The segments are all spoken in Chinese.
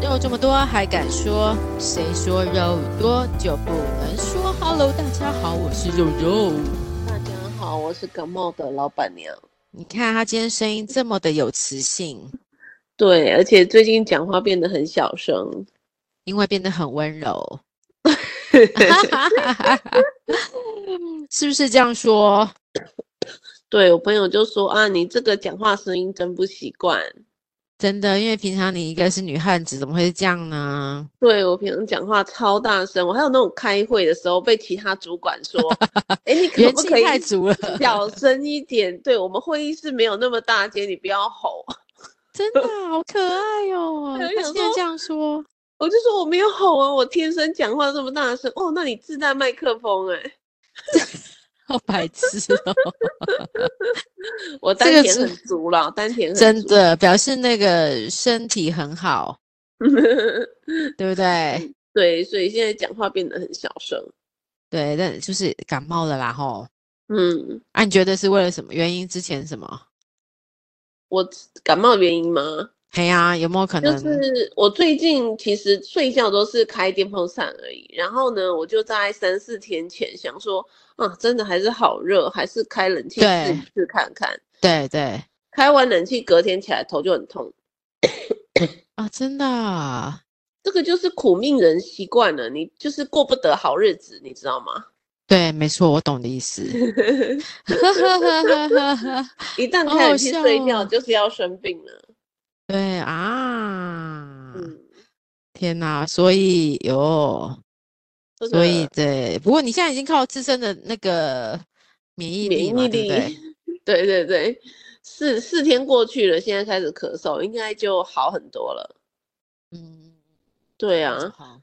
掉这么多还敢说？谁说肉多就不能说？Hello，大家好，我是肉肉。大家好，我是感冒的老板娘。你看他今天声音这么的有磁性，对，而且最近讲话变得很小声。 因为变得很温 柔，是不是这样说？对我朋友就说啊，你这个讲话声音真不习惯。真的，因为平常你一个是女汉子，怎么会是这样呢？对我平常讲话超大声，我还有那种开会的时候被其他主管 说，哎、你可元不气可以太足了，小声一点？ 对我们会议室没有那么大间，你不要吼。 真的啊好可爱哦。对他我想现在说这样说，我就说我没有吼啊，我天生讲话这么大声。哦，那你自带麦克风哎、好白痴 哦。我这丹个田是很足了，丹田很真足。 的表示那个身体很好，对不对？对，所以现在讲话变得很小声。对，但就是感冒了啦吼。嗯，啊，你觉得是为了什么原因？之前什么？我感冒原因吗？嘿呀、有没有可就能？是我最近其实睡觉都是开电风扇而已，然后呢，我就在三四天前想说，啊，真的还是好热，还是开冷气对试一试看看。对对开完冷气隔天起来头就很痛，啊，真的啊这个就是苦命人习惯了，你就是过不得好日子，你知道吗？ 对，没错，我懂你的意思。 一旦好好开冷气笑睡觉，哦就是要生病了。对啊，嗯，天哪！所以有，这所以个对，不过你现在已经靠自身的那个免疫免力嘛，疫对力不对？，对对对，四四天过去了，现在开始咳嗽，应该就好很多了。嗯，对那就啊，好，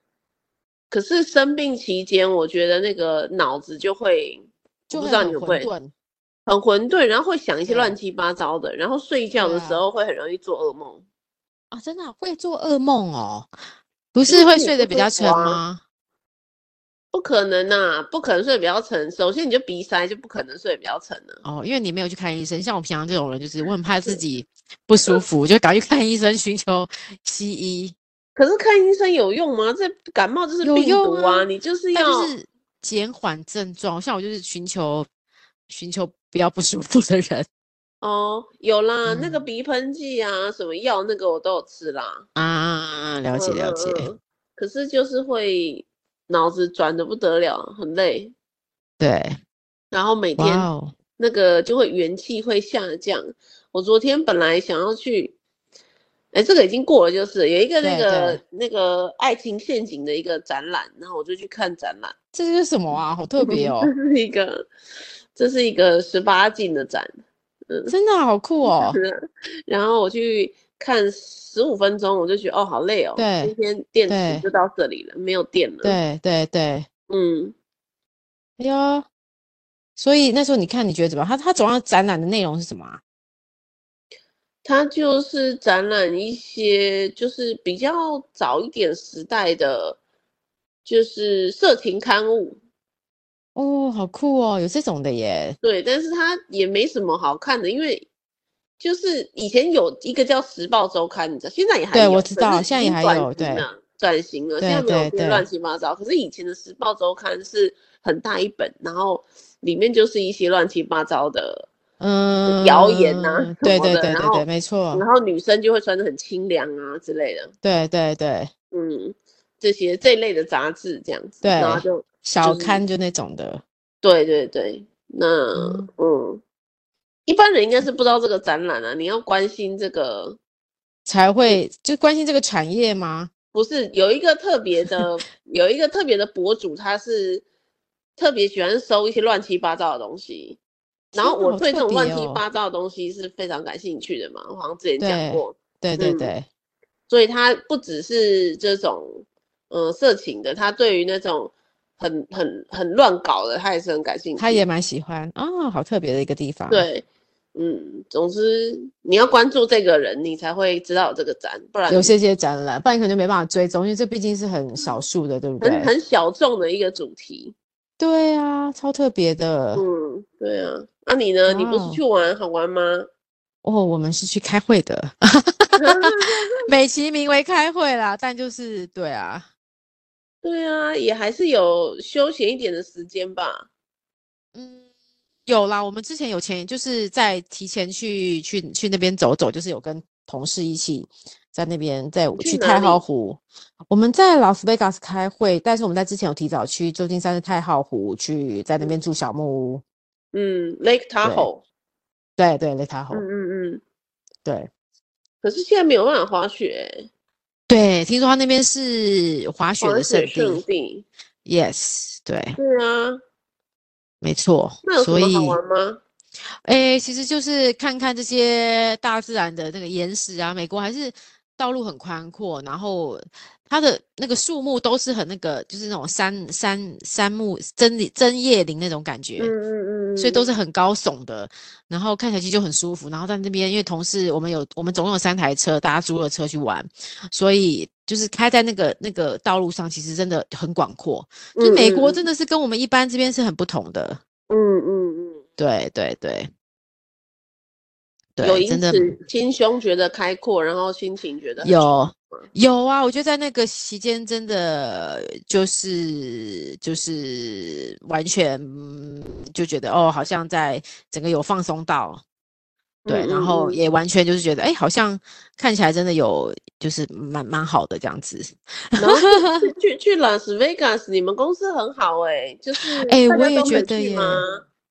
可是生病期间，我觉得那个脑子就会，就我不会知道很你会不混会沌。很混沌，然后会想一些对乱七八糟的，然后睡觉对的啊时候会很容易做噩梦。啊，真的啊、会做噩梦哦，不就是会是你睡得不比舒较服沉啊吗？不可能呐、不可能睡得比较沉。首先你就鼻塞，就不可能睡得比较沉了、哦，因为你没有去看医生，像我平常这种人，就是我很怕自己不舒服，就赶快去看医生，寻求西医。可是看医生有用吗？这感冒就是有病毒用啊你就是哦那要就是减缓症状，像我就是寻求寻求比较不舒服的人哦，有啦，那个嗯鼻喷剂啊，什么药那个我都有吃啦。啊，了解嗯了解，嗯嗯。可是就是会脑子转的不得了，很累，对，然后每哇天哦，那个就会元气会下降。我昨天本来想要去，哎，这个已经过了，就是有一个那对个那个爱情陷阱的一个展览，然后我就去看展览。 这是什么啊？好特别哦，这是一个，这是一个十八禁的展，，真的好酷哦然后我去看十五分钟，我就觉得哦好累哦，对今天电池对就到这里了，没有电了。，对对对，嗯，哎呦，所以那时候你看你觉得怎么样？他他总要展览的内容是什么啊？它就是展览一些就是比较早一点时代的，就是色情刊物，哦，好酷哦，有这种的耶，对，但是它也没什么好看的，因为。就是以前有一个叫《时报周刊》，你知道，现在也还对有我知可是道已现在也经还转有型对了，转型了，现对在没有对变对乱七八糟。可是以前的《时报周刊》是很大一本，然后里面就是一些乱七八糟的，嗯，谣言呐啊什对么对的对然对后对，没错，然后女生就会穿的很清凉啊之类的，对对对，嗯，这些这一类的杂志这样子，对然后就小就是刊就那种的，对对对，那嗯嗯，一般人应该是不知道这个展览啊，你要关心这个。才会就关心这个产业吗？不是有一个特 别的，有一个特别的博主，他是特别喜欢收一些乱七八糟的东西。然后天哪我好对这特种乱别七哦八糟的东西是非常感兴趣的嘛，我好像之前讲对过。对对嗯对，所以他不只是这种呃色情的，他对于那种很很很乱搞的，他也是很感兴趣。他也蛮喜欢啊、好特别的一个地方。，对，嗯，总之你要关注这个人，你才会知道有这个展，不然有这些展览，不然你可能就没办法追踪，因为这毕竟是很少数的，对不嗯很对？很小众的一个主题。对啊，超特别的。嗯嗯，对啊，那、你呢？你不哇是哦 去玩好玩吗？ 哦，我们是去开会的， 美其名为开会啦，但就是对啊，对啊，也还是有休闲一点的时间吧。嗯，有啦，我们之前有前就是在提前去去去那边走走，就是有跟同事一起在那边在去去哪太浩里湖，我们在拉斯维加斯开会，但是我们在之前有提早去旧金山的太浩湖去在那边住小木屋，嗯，Lake Tahoe，对对，雷塔湖嗯，嗯嗯，对可是现在没有办法滑雪、欸，对，听说他那边是滑雪滑的雪圣圣地地。 ，yes，对，对啊，没错那有，什所么以好玩吗？诶，其实就是看看这些大自然的那个岩石啊，美国还是道路很宽阔，然后它的那个树木都是很那个，就是那种杉杉杉木针里针叶林那种感觉，嗯嗯嗯，所以都是嗯很高耸的，然后看起来其实就很舒服。然后在那边，因为同事我们有我们总共有三台车，大家租了车去玩，所以就是开在那个那个道路上，其实真的很广阔。就是美国真的是跟我们一般这边是很不同的，嗯嗯嗯对对对。嗯，有对，因真的此心胸觉得开阔，然后心情觉得很有舒服吗有啊！我觉得在那个期间，真的就是就是完全嗯就觉得哦，好像在整个有放松到，对，然后嗯嗯嗯也完全就是觉得哎，好像看起来真的有就是蛮蛮好的这样子。然后去 去去去 Las Vegas，你们公司很好哎、就是哎大家我也都觉能得去耶吗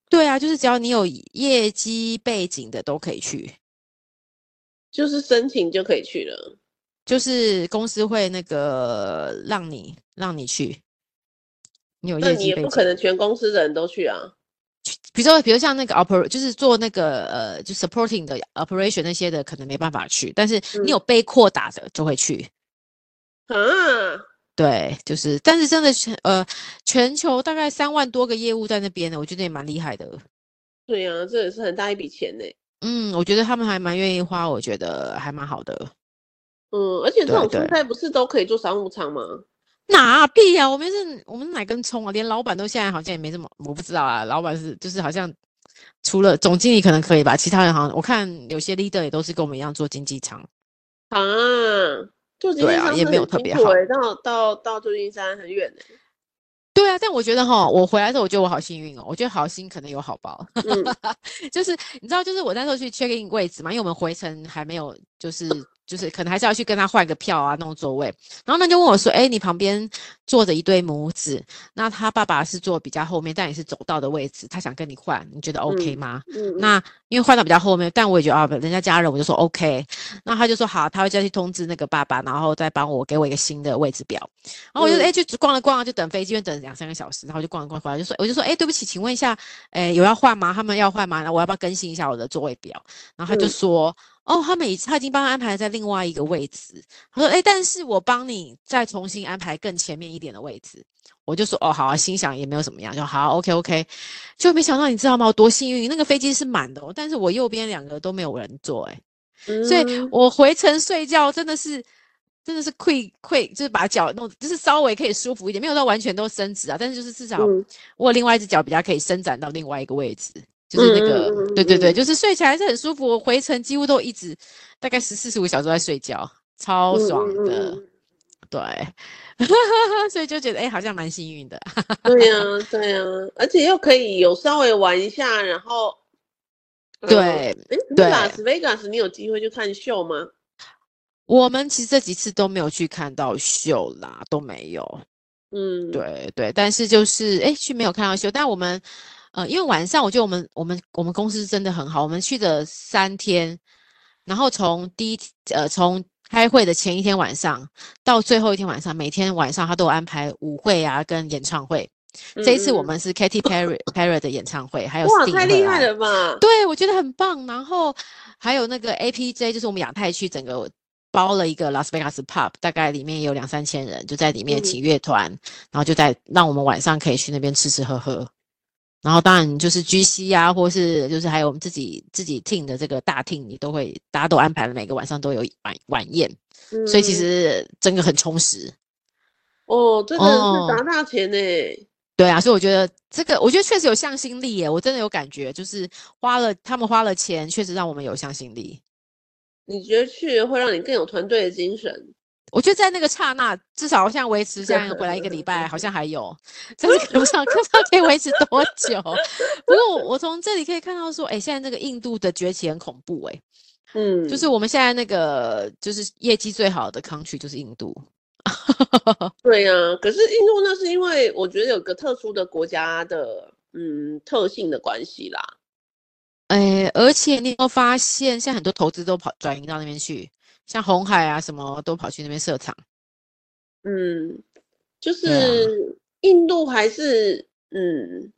对啊，就是只要你有业绩背景的都可以去，就是申请就可以去哦了。就是公司会那个让你让你去，你有那业你绩也背不景。可能全公司的人都去啊。比如说，比如像那个 oper，就是做那个呃，就 supporting 的 operation 那些的，可能没办法去，但是嗯你有被扩打的就会去。啊，对，就是，但是真的是呃，全球大概三万多个业务在那边呢，我觉得也蛮厉害的。对啊，这也是很大一笔钱呢、嗯，我觉得他们还蛮愿意花，我觉得还蛮好的。嗯，而且这对种出对差不是都可以做商务舱吗？哪屁啊！我们是，我们哪根葱啊？连老板都现在好像也没这么，我不知道啊。老板是就是好像除了总经理可能可以吧，其他人好像我看有些 leader 也都是跟我们一样做经济舱。啊，旧金对啊山也真没的有很特辛别苦好欸到到到旧金山很远欸 呢、对啊，但我觉得哈，我回来的时候，我觉得我好幸运哦，我觉得好心可能有好报， 嗯就是你知道，就是我那时候去 check in 位置嘛，因为我们回程还没有，就是就是可能还是要去跟他换个票啊，弄座位。然后他就问我说：“哎，你旁边坐着一对母子，那他爸爸是坐比较后面，但也是走道的位置，他想跟你换，你觉得 OK 嗯吗？”嗯，嗯那因为换到比较后面，但我也觉得啊，人家家人，我就说 OK。那他就说好，他会再去通知那个爸爸，然后再帮我给我一个新的位置表。然后我就嗯哎、就逛了逛，就等飞机，因为等两三个小时，然后就逛了逛回来，就说我就说哎、对不起，请问一下，哎、有要换吗？他们要换吗？那我要不要更新一下我的座位表？然后他就嗯说。哦，他们已他已经帮他安排在另外一个位置。他说：“哎，但是我帮你再重新安排更前面一点的位置。”我就说：“哦，好啊，心想也没有怎么样，就好，OK OK。”就没想到，你知道吗？我多幸运，那个飞机是满的、哦，但是我右边两个都没有人坐、欸，嗯所以我回程睡觉真的是，真的是溃溃，就是把脚弄，就是稍微可以舒服一点，没有到完全都伸直啊，但是就是至少嗯我有另外一只脚比较可以伸展到另外一个位置，就是那个，嗯嗯嗯对对对，嗯就是睡起来是很舒服。我回程几乎都一直大概十四十五小时都在睡觉，超嗯爽嗯的，嗯对， 所以就觉得哎、欸好像蛮幸运的。嗯对呀、 对呀、而且又可以有稍微玩一下，然后，呃对，诶可是对拉斯维加斯，你有机会去看秀吗？我们其实这几次都没有去看到秀啦，都没有。嗯，，对对，但是就是哎，诶去没有看到秀，但我们呃，因为晚上我觉得我们我们我们公司真的很好，我们去的三天，然后从第一呃从开会的前一天晚上到最后一天晚上，每天晚上他都有安排舞会啊跟演唱会。这一次我嗯们是 Katy Perry Perry 的演唱会，还有哇， Sting 太会啊厉来害了吧！对，我觉得很棒。然后还有那个 APJ，就是我们亚太区整个包了一个拉斯维加斯 pub，大概里面也有两三千人，就在里面嗯请乐团，然后就在让我们晚上可以去那边吃吃喝喝。然后当然就是 GC 啊，或是就是还有我们自己自己 team 的这个大 team，你都会大家都安排了，每个晚上都有晚晚宴，所以其嗯实整个很充实。哦，真的哦是砸大钱呢、对啊，所以我觉得这个，我觉得确实有向心力耶，我真的有感觉，就是花了他们花了钱，确实让我们有向心力。你觉得去了会让你更有团队的精神？我觉得在那个刹那，至少像维持这样回来一个礼拜，好像还有，真的不知道不知道可以维持多久。不过我我从这里可以看到说，哎，现在那个印度的崛起很恐怖，哎，嗯，就是我们现在那个就是业绩最好的 country 就是印度。对呀、可是印度那是因为我觉得有个特殊的国家的嗯特性的关系啦。哎，而且你有没有发现，现在很多投资都跑转移到那边去，像红海啊什么都跑去那边设厂。嗯，就对啊是印度还是嗯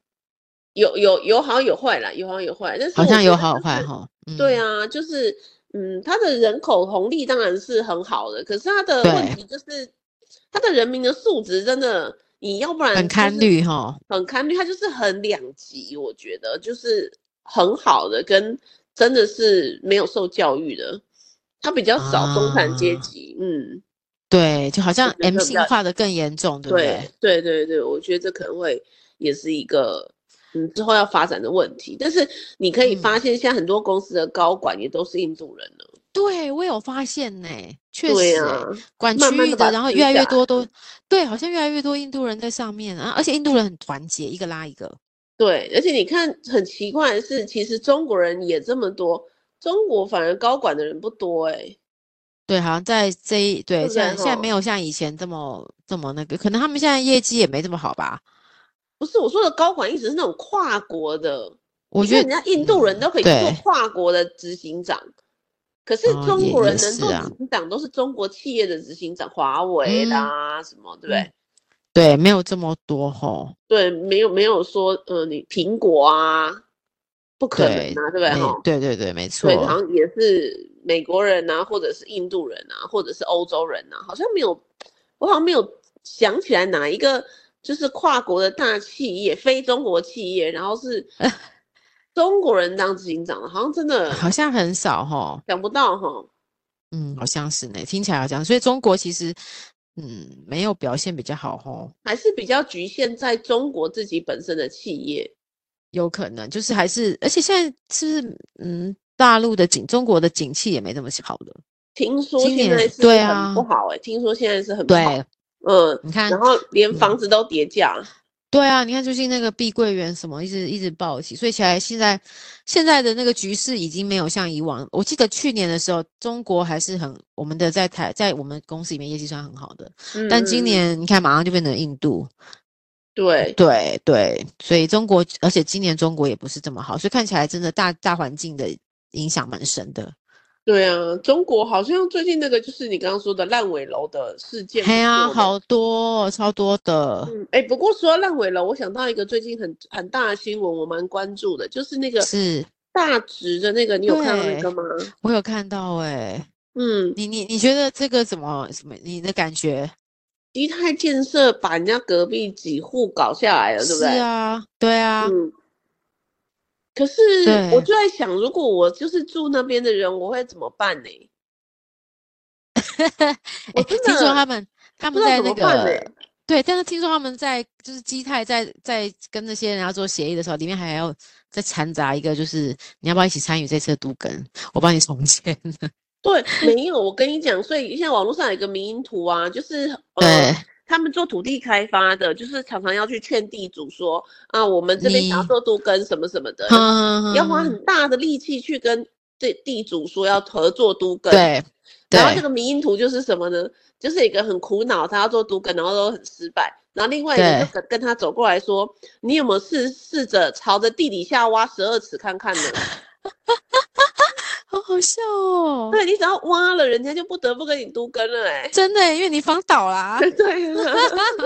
有有有好有坏啦，有好有坏，但是好我像觉有得好就有坏是哈。对嗯，啊，就是嗯，它的人口红利当然是很好的，可是它的对问题就是它的人民的素质真的，你要不然嗯很就堪是虑哈。很堪虑，它就是很两极，我觉得就是很好的跟真的是没有受教育的，它比较少中产阶啊级，嗯。对，就好像觉得 M 比型较化的更严重，对不对？对对对，我觉得这可能会也是一个嗯之后要发展的问题。但是你可嗯以发现，现在很多公司的高管也都是印度人了。对，我有发现呢、确对实、欸，啊，管慢区慢域地把然后吃越来越下多都，对，好像越来越多印度人在上面啊，而且印度人很团结，一个拉一个。对，而且你看，很奇怪的是，其实中国人也这么多，中国反而高管的人不多哎、对，好像在这一对对不现在对现在没吼有像以前这么这么那个，可能他们现在业绩也没这么好吧？不是我说的高管，一直是那种跨国的。我你觉看得人家印度人嗯都可以做对跨国的执行长，可是哦中也国也人能是做啊执行长都是中国企业的执行长，华为啦、什么，对不对嗯？对，没有这么多吼，对，没有没有说，呃，你苹果啊，不可能对，啊，对不对？没哈，对对对，没错对，，好像也是美国人啊，或者是印度人啊，或者是欧洲人啊，好像没有，我好像没有想起来哪一个就是跨国的大企业，非中国企业，然 后是中国人当执行长的，好像真 的好像很少吼。想不到哈。嗯，好像是呢，听起来好像，所以中国其实，嗯，没有表现比较好哦，还是比较局限在中国自己本身的企业，有可能就是还是，而且现在是不是，嗯，大陆的景，中国的景气也没那么好了。听说今现在年是对很不啊好哎、听说现在是很不好，对，嗯，你看然，后连嗯房子都跌价，对啊，你看最近那个碧桂园什么一直一直暴起，所以起来现在现在的那个局势已经没有像以往，我记得去年的时候，中国还是很我们的在台在我们公司里面业绩算很好的，嗯但今嗯嗯年你看马上就变成印度，对，对对，所以中国，而且今年中国也不是这么好，所以看起来真的大大环境的影响蛮深的。对啊，中国好像最近那个就是你刚刚说的烂尾楼的事件。嘿啊，。好多超多的，嗯，哎，不过说到烂尾楼，我想到一个最近很很大的新闻，我蛮关注的，就是那个是大直的那个，你有看到那对个吗？我有看到哎、嗯，你你你觉得这个怎么什么？你的感觉迪泰建设把人家隔壁几户搞下来了，对不是对？啊，对啊，嗯。可是我对就在想，如果我就是住那边的人，我会怎么办呢？我哎，真听说的他们他不们知道在怎那么办呢、个对，但是听说他们在就是基泰在在跟那些人要做协议的时候，里面还要再掺杂一个，就是你要不要一起参与这次的都更，我帮你重建。对，没有，我跟你讲，所以现在网络上有一个迷因图啊， 就是呃，对，他们做土地开发的，就是常常要去劝地主说啊，我们这边想要你做都跟什么什么的，嗯，要花很大的力气去跟这地主说要合作都跟。 对然后这对个迷因图就是什么呢？就是一个很苦恼，他要做都跟，然后都很失败。然后另外一个对就跟跟他走过来说：“你有没有试试着朝着地底下挖十二尺看 看呢？”好好笑哦，对你只要挖了，人家就不得不跟你都跟了哎、，真的耶，因为你房倒啦 对啊，好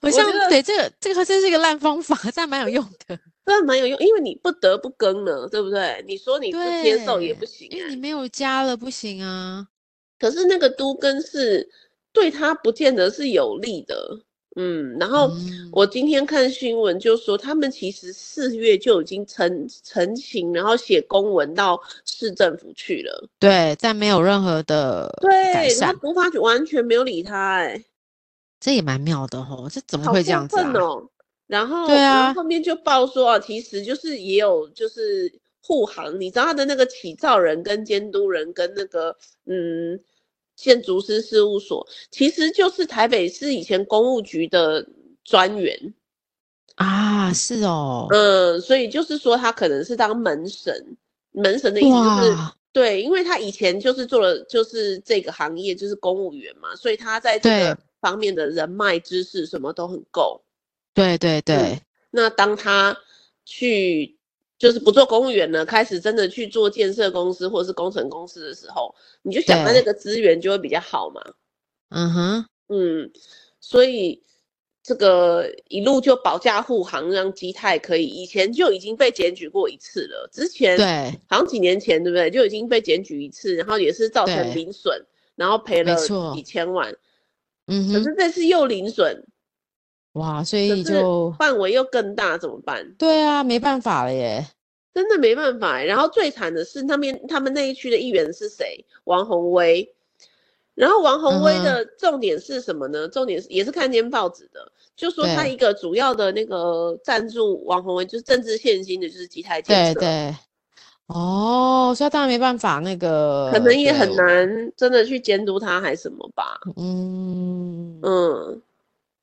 我像觉得对这个这个真是一个烂方法， 这样蛮有用的。真的蛮有用，因为你不得不更了，对不对？你说你不接受也对不行、因为哎。你没有家了，不行啊。可是那个都更是对他不见得是有利的，嗯。然后嗯，我今天看新闻就说，他们其实四月就已经成成情，然后写公文到市政府去了。对，但没有任何的改对，然善后，土法局完全没有理他、哎，这也蛮妙的吼，这怎么好会这过样子啊分？哦！然后，对然啊后后面就报说啊，其实就是也有就是护航，你知道他的那个起造人跟监督人跟那个嗯建筑师事务所，其实就是台北市以前公务局的专员，啊，是哦，嗯，所以就是说他可能是当门神，门神的意思就是哇，对，因为他以前就是做了就是这个行业就是公务员嘛，所以他在这个对方面的人脉知识什么都很够，对对嗯对，那当他去就是不做公务员了，开始真的去做建设公司或者是工程公司的时候，你就想他对那个资源就会比较好嘛。嗯哼，嗯，所以这个一路就保驾护航，让基泰可以以前就已经被检举过一次了，之前对，好像几年前对不对，就已经被检举一次，然后也是造对成零损，然后赔没了错几千万，嗯可哼，是这次又零损，哇，所可以是 就范围又更大，怎么办？对啊，没办法了耶，真的没办法欸、然后最惨的是那边他们那一区的议员是谁？王宏威。然后王宏威嗯哼的重点是什么呢？重点是也是看见报纸的，就说他对一个主要的那个赞助王宏威就是政治现金的，就是基泰对建设，对，哦，所以当然没办法那个，可能也很对，难真的去监督他还什么吧。嗯，嗯，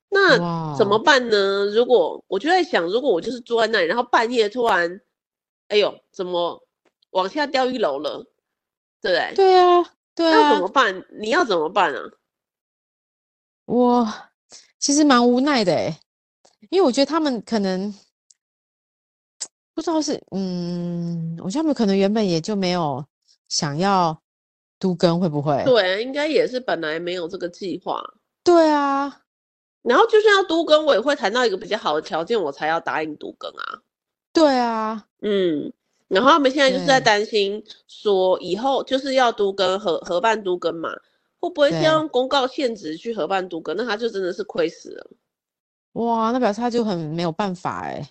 那哇，哦怎么办呢？如果我就在想，如果我就是坐在那里，然后半夜突然，哎呦，怎么往下掉一楼了？对不对？对啊，对那啊怎，么办？你要怎么办啊？我其实蛮无奈的诶，因为我觉得他们可能不知道是，嗯，我觉得他们可能原本也就没有想要都跟会不会？对，应该也是本来没有这个计划，对啊，然后就是要都跟，我也会谈到一个比较好的条件，我才要答应都跟啊。对啊，嗯，然后他们现在就是在对担心说，以后就是要都跟合合办都跟嘛，会不会是对要用公告限制去合办都跟？那他就真的是亏死了。哇，那表示他就很没有办法哎，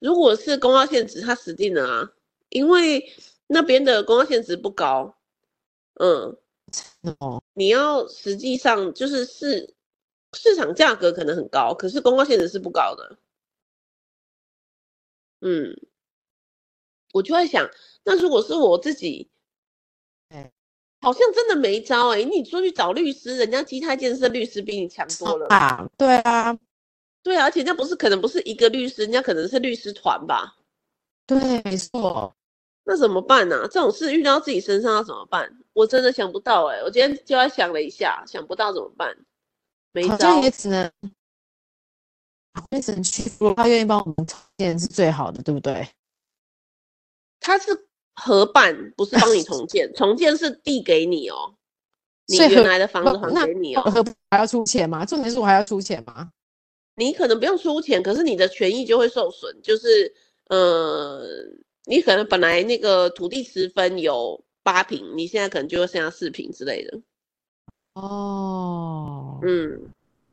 如果是公告限制，他死定了啊，因为那边的公告限制不高。嗯，哦，你要实际上就是市市场价格可能很高，可是公告限值是不高的。嗯，我就在想，那如果是我自己对，好像真的没招哎、你说去找律师，人家基泰建设律师比你强多了。啊，对啊，对啊，而且人家不是可能不是一个律师，人家可能是律师团吧？对，没错，那怎么办呢、这种事遇到自己身上要怎么办？我真的想不到哎、我今天就在想了一下，想不到怎么办，没好招像。也只能，好像只能屈服，他愿意帮我们重建是最好的，对不对？它是合办，不是帮你 重建，重建是递给你哦，你所以合原来的房子不还给你哦，那我还要出钱吗？重点是我还要出钱吗？你可能不用出钱，可是你的权益就会受损，就是呃，你可能本来那个土地十分有八平，你现在可能就会剩下四平之类的，哦，嗯，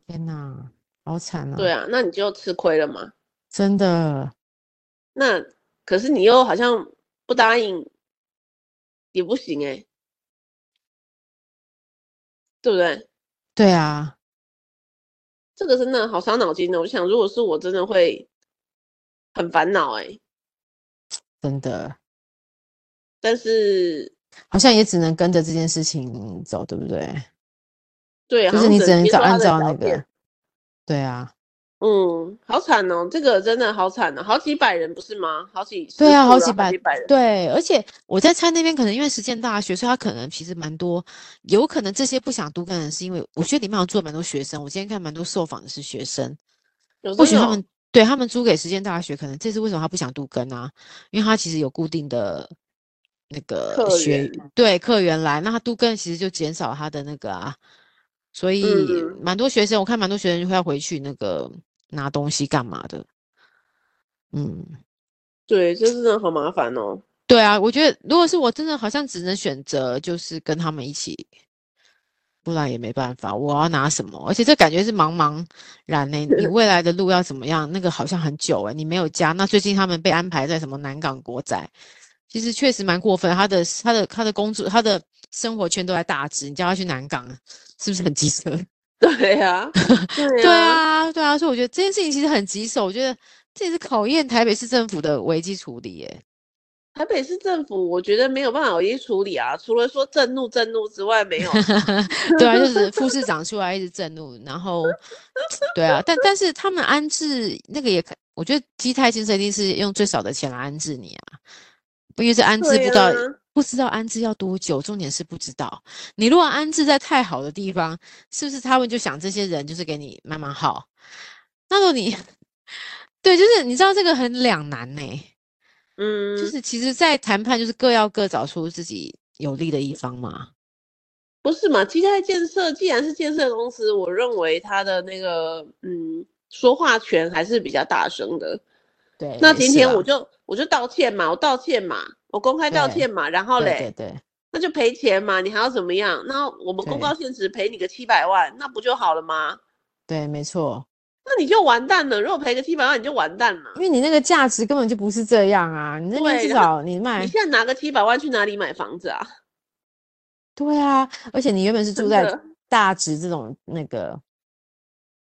天哪，好惨啊！对啊，那你就吃亏了嘛。真的，那可是你又好像不答应，也不行哎、对不对？对啊，这个真的好伤脑筋的。我想，如果是我，真的会很烦恼哎。真的，但是，好像也只能跟着这件事情走，对不对？对，就好是像你只能接找受他按的照那条件个，对啊，嗯，好惨哦，这个真的好惨哦，好几百人不是吗？好几十对啊，户好了几百几百人，对，而且我在猜那边可能因为实践大学，所以他可能其实蛮多，有可能这些不想读的人是因为我觉得里面有住了蛮多学生，我今天看蛮多受访的是学生，有或真许他有们对他们租给实践大学，可能这是为什么他不想读跟啊，因为他其实有固定的那个客学源对客源来，那他读跟其实就减少他的那个啊，所以嗯蛮多学生，我看蛮多学生就要回去那个拿东西干嘛的，嗯。对，这真的好麻烦哦。 对啊，我觉得如果是我真的好像只能选择就是跟他们一起，不然也没办法。我要拿什么？而且这感觉是茫茫然呢、 你未来的路要怎么样？那个好像很久哎、你没有家。那最近他们被安排在什么南港国宅，其实确实蛮过分。他的他的他的工作，他的生活圈都在大直，你叫他去南港，是不是很机车？ 对呀、对对啊，啊，对啊，所以我觉得这件事情其实很棘手，我觉得这也是考验台北市政府的危机处理欸耶。台北市政府我觉得没有办法一处理啊，除了说震怒震怒之外，没 有对 啊，就是副市长出来一直震怒，然后对啊，但但是他们安置那个也可，我觉得基泰建设一定是用最少的钱来安置你啊，因为这安置对不知道、啊不知道安置要多久，重点是不知道。你如果安置在太好的地方，是不是他们就想这些人就是给你慢慢耗？那如果你对，就是你知道这个很两难呢、嗯，就是其实，在谈判就是各要各找出自己有利的一方嘛。不是嘛？基泰建设既然是建设公司，我认为它的那个嗯说话权还是比较大声的。对，那哦也今是啊天啦我就我就道歉嘛，我道歉嘛，我公开道对歉嘛，然后对嘞，对对。那就赔钱嘛，你还要怎么样？那我们公对告现值赔你个七百万，那不就好了吗？对，没错，那你就完蛋了，如果赔个七百万你就完蛋了。因为你那个价值根本就不是这样啊！你那边对至然后少你卖 你，现在拿个七百万去哪里买房子啊？ 对啊，而且你原本是住真在的，大直这种那个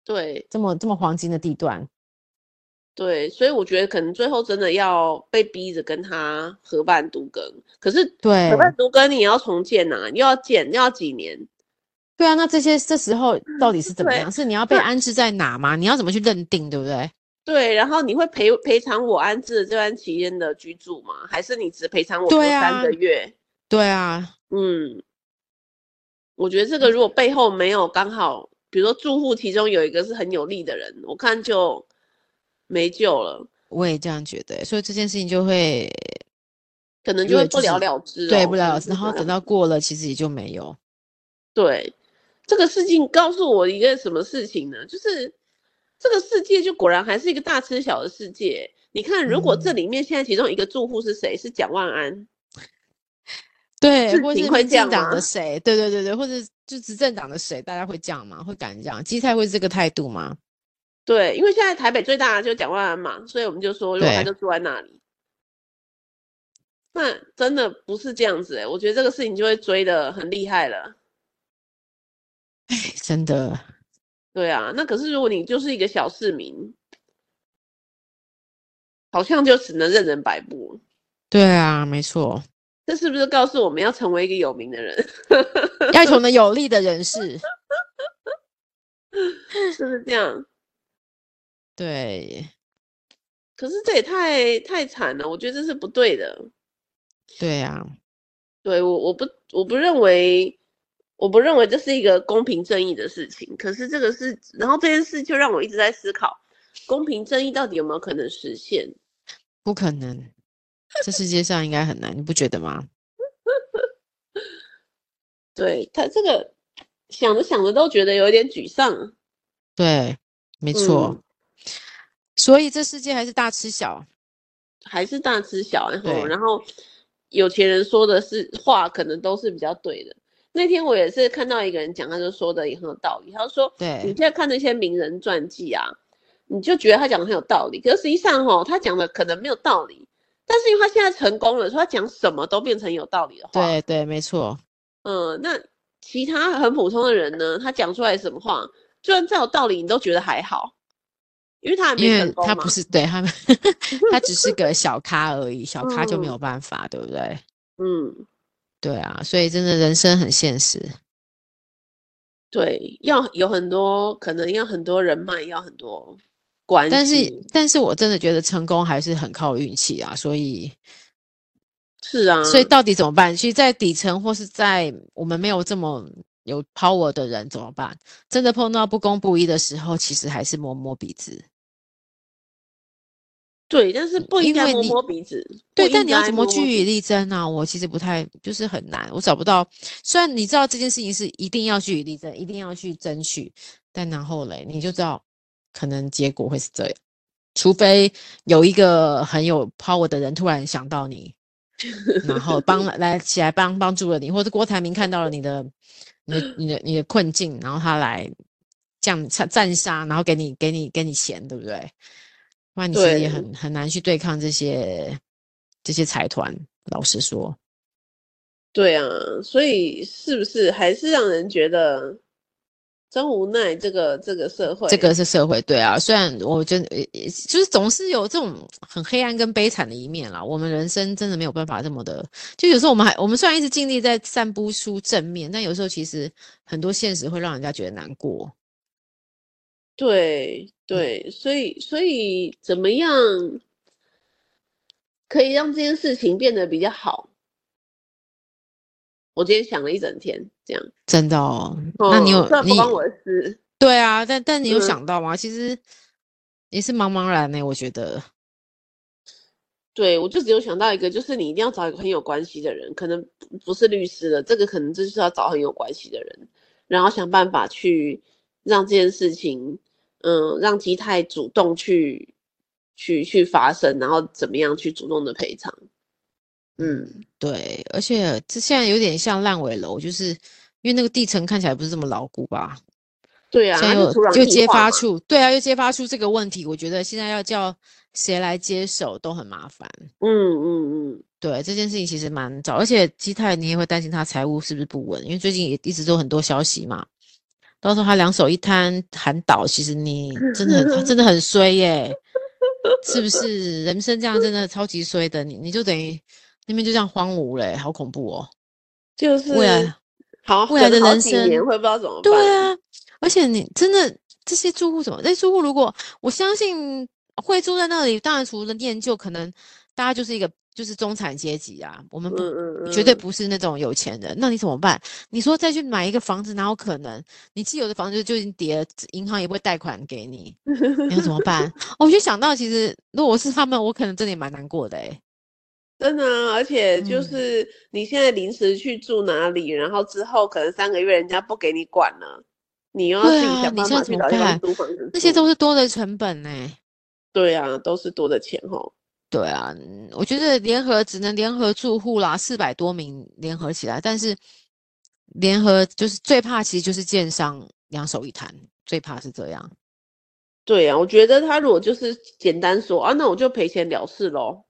对这么这么黄金的地段，对，所以我觉得可能最后真的要被逼着跟他合办独耕，可是对可，办独耕你也要重建呐、你又要建，又要几年？对啊，那这些这时候到底是怎么对样？是你 要被对安置在哪吗？你要怎么去认定，对不对？对，然后你会赔赔偿我安置的这段期间的居住吗？还是你只赔偿我比如对三个啊月？对啊，嗯，我觉得这个如果背后没有刚好，比如说住户其中有一个是很有利的人，我看就没救了，我也这样觉得，欸所以这件事情就会可能因就会为不就是了了之、哦，对不可了能 了之，就然不后了等了到过了，其实也就没有。对，这个事情告诉我一个什么事情呢？就是这个世界就果然还是一个大吃小的世界。你看，如果这嗯里面现在其中一个住户是谁？是蒋万安，对，事或情是会民这样进党吗的谁？对对对对，或者就执政党的谁？大家会这样吗？会敢这样？基泰会是这个态度吗？对，因为现在台北最大的就是蒋万安嘛，所以我们就说，如果他对就住在那里，那真的不是这样子哎、我觉得这个事情就会追的很厉害了。哎真的，对啊，那可是如果你就是一个小市民，好像就只能任人摆布。对啊，没 错，这是不是告诉我们要成为一个有名的人？ 要求呢有利的人士，是不是这样？对可是这也太太惨了，我觉得这是不对的。对啊，对我，我不，我不认为，我不认为这是一个公平正义的事情。可是这个是，然后这件事就让我一直在思考，公平正义到底有没有可能实现？不可能，这世界上应该很难，你不觉得吗？对他这个想着想着都觉得有点沮丧。对，没错，嗯所以这世界还是大吃小，还是大吃小爱吼，对然后有钱人说的是话，可能都是比较对的。那天我也是看到一个人讲，他就说的也很有道理。他说，你对现在看那些名人传记啊，你就觉得他讲的很有道理，可是实际上吼，他讲的可能没有道理。但是因为他现在成功了，所以他讲什么都变成有道理的话。对对，没错，嗯，那其他很普通的人呢，他讲出来什么话，就算再有道理，你都觉得还好，因为他还因没为成功他嘛不。是对他们， 他只是个小咖而已，小咖就没嗯有办法，对不对？ 嗯，对啊，所以真的人生很现实，对，要有很多，可能要很多人脉，要很多关但是系。但是我真的觉得成功还是很靠运气啊，所以。是啊，所以到底怎么办？其实，在底层或是在我们没有这么有 power 的人怎么办？真的碰到不公不义的时候，其实还是摸摸鼻子。对，但是不应因该为摸你摸鼻子。对，不但应你要该怎么摸据摸鼻理子力争啊？我其实不太，就是很难，我找不到。虽然你知道这件事情是一定要据理力争，一定要去争取，但然后嘞，你就知道可能结果会是这样，除非有一个很有 power 的人突然想到你，然后帮了来起来帮帮助了你，或 者郭台铭看到了你的你的你的你的困境，然后他来这样占占杀，然后给你给你给你钱，对不对？不然你其实对也很很难去对抗这些这些财团。老实说，对啊，所以是不是还是让人觉得真无奈这个这个社会，这个是社会，对啊。虽然我觉得，呃就是总是有这种很黑暗跟悲惨的一面啦。我们人生真的没有办法这么的，就有时候我们还我们虽然一直尽力在散布出正面，但有时候其实很多现实会让人家觉得难过。嗯对对，所以所以怎么样可以让这件事情变得比较好？我今天想了一整天，这样。真的哦，那你嗯有虽然不你关我的事，对啊，但但你有嗯想到吗？其实也是茫茫然呢、我觉得对我就只有想到一个，就是你一定要找一个很有关系的人，可能不不是律师了，这个可能就是要找很有关系的人，然后想办法去让这件事情，嗯，让基泰主动去去去发生，然后怎么样去主动的赔偿，嗯。对，而且这现在有点像烂尾楼，就是因为那个地层看起来不是这么牢固吧？对啊，现在它就又土壤又硬揭化发嘛出，对啊，又揭发出这个问题，我觉得现在要叫谁来接手都很麻烦。嗯嗯嗯，对这件事情其实蛮早，而且基泰你也会担心他财务是不是不稳，因为最近也一直都有很多消息嘛。到时候他两手一摊喊倒，其实你真的很真的很衰耶、是不是？人生这样真的超级衰的，你你就等于那边就这样荒芜嘞、好恐怖哦！嗯就是未来好未来可能的好人几生年会不知道怎么办。对啊，而且你真的这些住户怎么？那些住户如果我相信会住在那里，当然除了念旧，可能大家就是一个就是中产阶级啊，我们嗯不、嗯嗯，绝对 不是那种有钱人，那你怎么办？你说再去买一个房子，哪有可能？你既有的房子就已经跌了，银行也不会贷款给你，你要怎么 办？哦我就想到，其实如果我是他们，我可能真的也蛮难过的欸诶、真的啊、而且就嗯是你现在临时去住哪里，然后之后可能三个月人家不给你管了，你又要自对己啊想你办现在法怎去么找地方办租房子住。那些都是多的成本欸呢、对啊，都是多的钱哦。对啊，嗯我觉得联合只能联合住户啦，四百多名联合起来，但是联合就是最怕，其实就是建商两手一摊，最怕是这样。对啊，我觉得他如果就是简单说啊，那我就赔钱了事喽，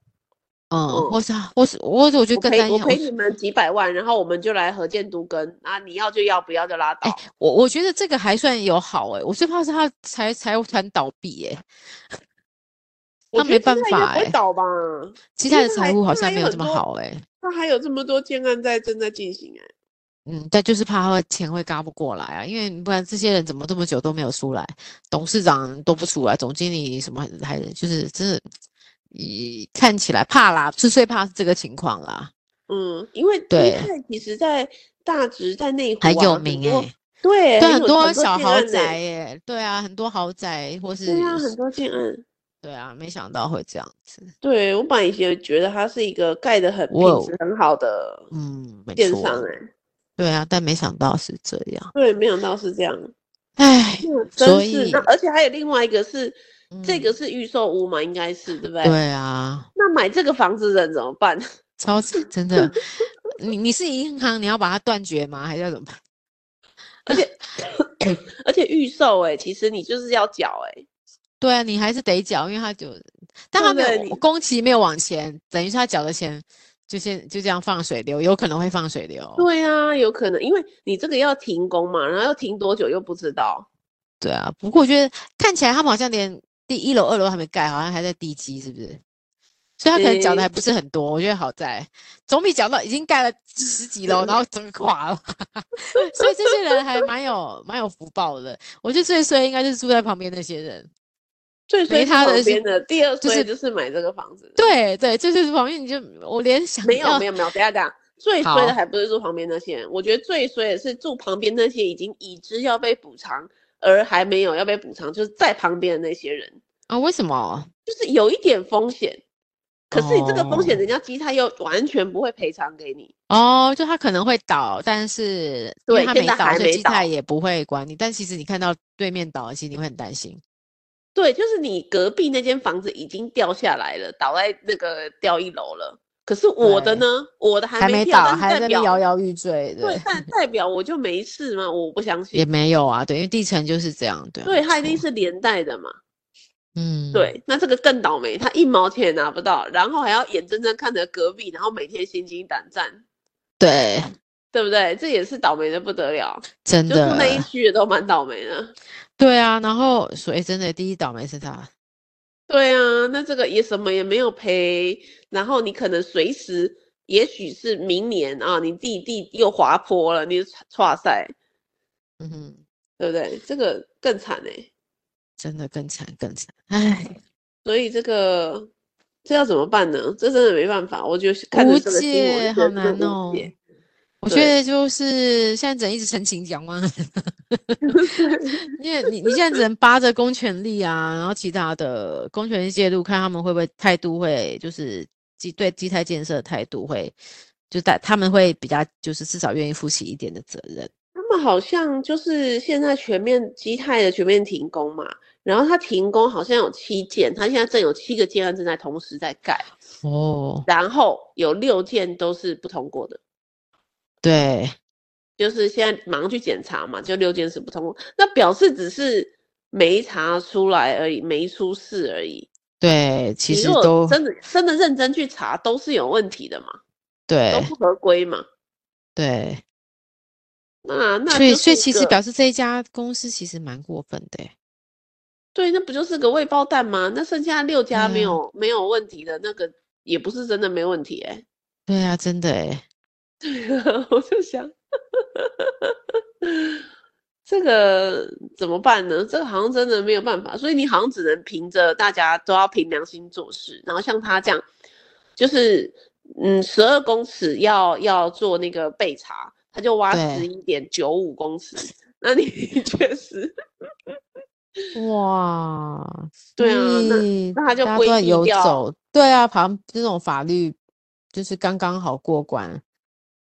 嗯，嗯或是啊或是我我觉得我更赔担我心，赔你们几百万，然后我们就来合建都跟啊，你要就要，不要就拉倒。我我觉得这个还算有好诶、我最怕是他财财务团倒闭诶、我他觉没得办现在应该法不会欸倒吧？其因他为的他还财务好他像还没有有很这么多好诶、他还有这么多建案在正在进行哎、嗯，但就是怕他的钱会嘎不过来啊，因为你不然这些人怎么这么久都没有出来，董事长都不出来，总经理什么还就是真的，以看起来怕啦，是最怕是这个情况啦，嗯，因为低对泰其实在大直在内湖、啊、很有很名多欸对，对，很很有多很多小建豪案宅欸，耶、对啊，很多豪宅或是对啊，很多建案。对啊，没想到会这样子，对我本来也觉得它是一个盖的很哇品质很好的嗯，没建错，商哎、欸，对啊，但没想到是这样，对，没想到是这样，唉，那真所是以那而且还有另外一个是、 这个嗯是预售屋嘛，应该是对不对？对啊，那买这个房子的人怎么办？ 超惨真的， 你你是银行，你要把它断绝吗？还是要怎么办？而且而且预售哎、其实你就是要缴哎、对啊，你还是得缴，因为他就，但对他不没对有你工期没有往前，等于是他缴的钱就先就这样放水流，有可能会放水流。对啊，有可能，因为你这个要停工嘛，然后要停多久又不知道。对啊，不过我觉得看起来他们好像连第一楼、二楼还没盖，好像还在地基，是不是？所以他可能缴的还诶不是很多，我觉得好在总比缴到已经盖了十几楼，然后整个垮了。 所以这些人还蛮有蛮有福报的。我觉得最衰应该就是住在旁边那些人。最衰没是他的旁是边的，第二就衰是就是买这个房子的。对对，这就是旁边你就我连想 没有要没有没有，等一下等一下，最衰的好还不是住旁边那些人，我觉得最衰的是住旁边那些已经已知要被补偿，而还没有要被补偿，就是在旁边的那些人，啊，为什么？就是有一点风险。可是你这个风险，哦人家基泰又完全不会赔偿给你。哦，就他可能会倒，但是因为对他现没在倒，还所以没基泰倒也不会管你。但其实你看到对面倒了，其实你会很担心。对，就是你隔壁那间房子已经掉下来了，倒在那个掉一楼了。可是我的对呢？我的还没掉，倒，但是还在代那边摇表摇欲坠， 对，但代表我就没事吗？我不相也信。没有啊，对，因为地层就是这样，对啊，对，没它一定错是连带的嘛。嗯，对，那这个更倒霉，他一毛钱也拿不到，然后还要眼睁睁看着隔壁，然后每天心惊胆战。对，对不对？这也是倒霉的不得了，真就住那一的，区也都蛮倒霉的。对啊。然后所以真的第一倒霉是他，对啊，那这个也什么也没有赔，然后你可能随时，也许是明年啊，你弟弟又滑坡了，你就跨赛，嗯哼，对不对？这个更惨哎、真的更惨更惨，唉，所以这个这要怎么办呢？这真的没办法，我就是看无着这个新闻解，觉好得真难的无哦解。我觉对得就是现在只能一直陈情讲完， 因为你你现在只能扒着公权力啊，然后其他的公权力介入，看他们会不会态度会就是基对基泰建设的态度会，就在他们会比较就是至少愿意负起一点的责任。他们好像就是现在全面基泰的全面停工嘛，然后它停工好像有七件，它现在正有七个建案正在同时在盖，哦，然后有六件都是不通过的。对，就是现在马上去检查嘛，就六件事不通过，那表示只是没查出来而已，没出事而已。对，其你实如果都真的真的认真去查，都是有问题的嘛，都对不合规嘛。对，那那所以就所以是其实个表示这一家公司其实蛮过分的欸，对，那不就是个未爆弹吗？那剩下六家没对啊有、没有问题的那个，也不是真的没问题哎、对啊，真的哎， 我就想，这个怎么办呢？这个好像真的没有办法，所以你好像只能凭着大家都要凭良心做事，然后像他这样，就是嗯，十二公尺要要做那个备查，他就挖对十一点九五公尺， 那你确实，哇，对啊那那那他就大家规都在避游掉走，对啊，旁这种法律就是刚刚好过关，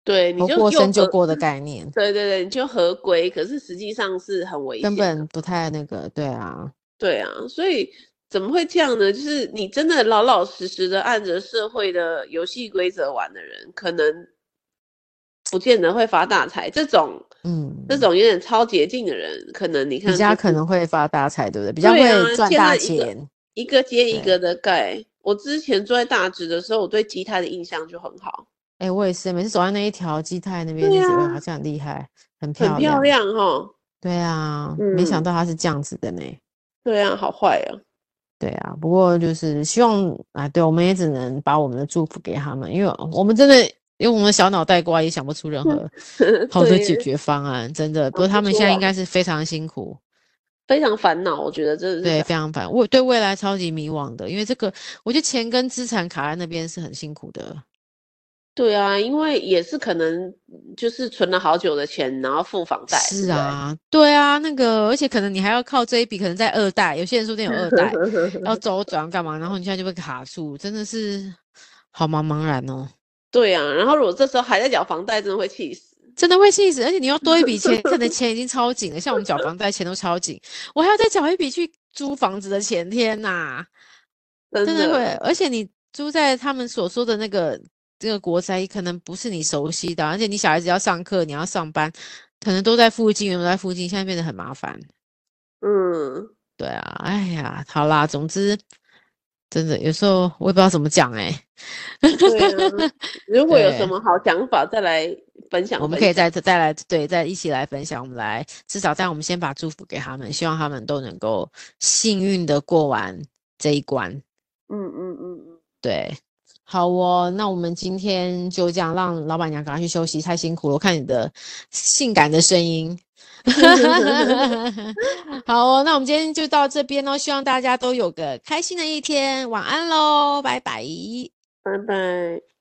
对，你不就过又身就合过的概念，对对对，你就合规，可是实际上是很危险根的。本不太那个，对啊，对啊，所以怎么会这样呢？就是你真的老老实实的按着社会的游戏规则玩的人，可能不见得会发大财。这种嗯，这种有点超捷径的人，可能你看比较就可是能会发大财，对不对？比较对啊会赚现大在一个钱，一个接一对个的盖。我之前住在大直的时候，我对吉他的印象就很好，哎，我也是，每次走在那一条基泰那边，对就觉得啊好像很厉害，很很漂漂亮，亮哈。对啊，没想嗯到它是这样子的呢。对啊，好坏啊。对啊，不过就是希望啊，对，我们也只能把我们的祝福给他们，因为我们真的用我们的小脑袋瓜也想不出任何好的解嗯对嗯决方案，真的。不过想他不们出现在来应该是非常辛苦，非常烦恼，我觉得真的是对，烦非常烦，我对未来超级迷惘的，因为这个，我觉得钱跟资产卡在那边是很辛苦的，对啊，因为也是可能就是存了好久的钱，然后付房贷，对不是对啊，对啊，那个，而且可能你还要靠这一笔，可能在二代，有些人说不定有二 代 要哦周转干嘛，然后你现在就被卡住，真的是好茫茫然哦。对啊，然后如果这时候还在缴房贷，真的会气死。真的会气死，而且你要多一笔钱，可能钱已经超紧了，像我们缴房贷钱都超紧，我还要再缴一笔去租房子的钱，天呐，真真的会，的，而且你租在他们所说的那个这个国宅，可能不是你熟悉的，啊而且你小孩子要上课，你要上班，可能都在附近，原本在附近，现在变得很麻烦。 嗯，对啊，哎呀，好啦，总之真的有时候我也不知道怎么讲哎、对啊。如果有什对么好想法，再来分享。 我们可以再再来对再一起来分享，我们来至少但我们先把祝福给他们，希望他们都能够幸运的过完这一关。嗯嗯嗯嗯，对，好哦，那我们今天就这样，让老板娘赶快去休息，太辛苦了。我看你的性感的声音， 好哦，那我们今天就到这边哦，希望大家都有个开心的一天，晚安喽，拜拜。拜拜。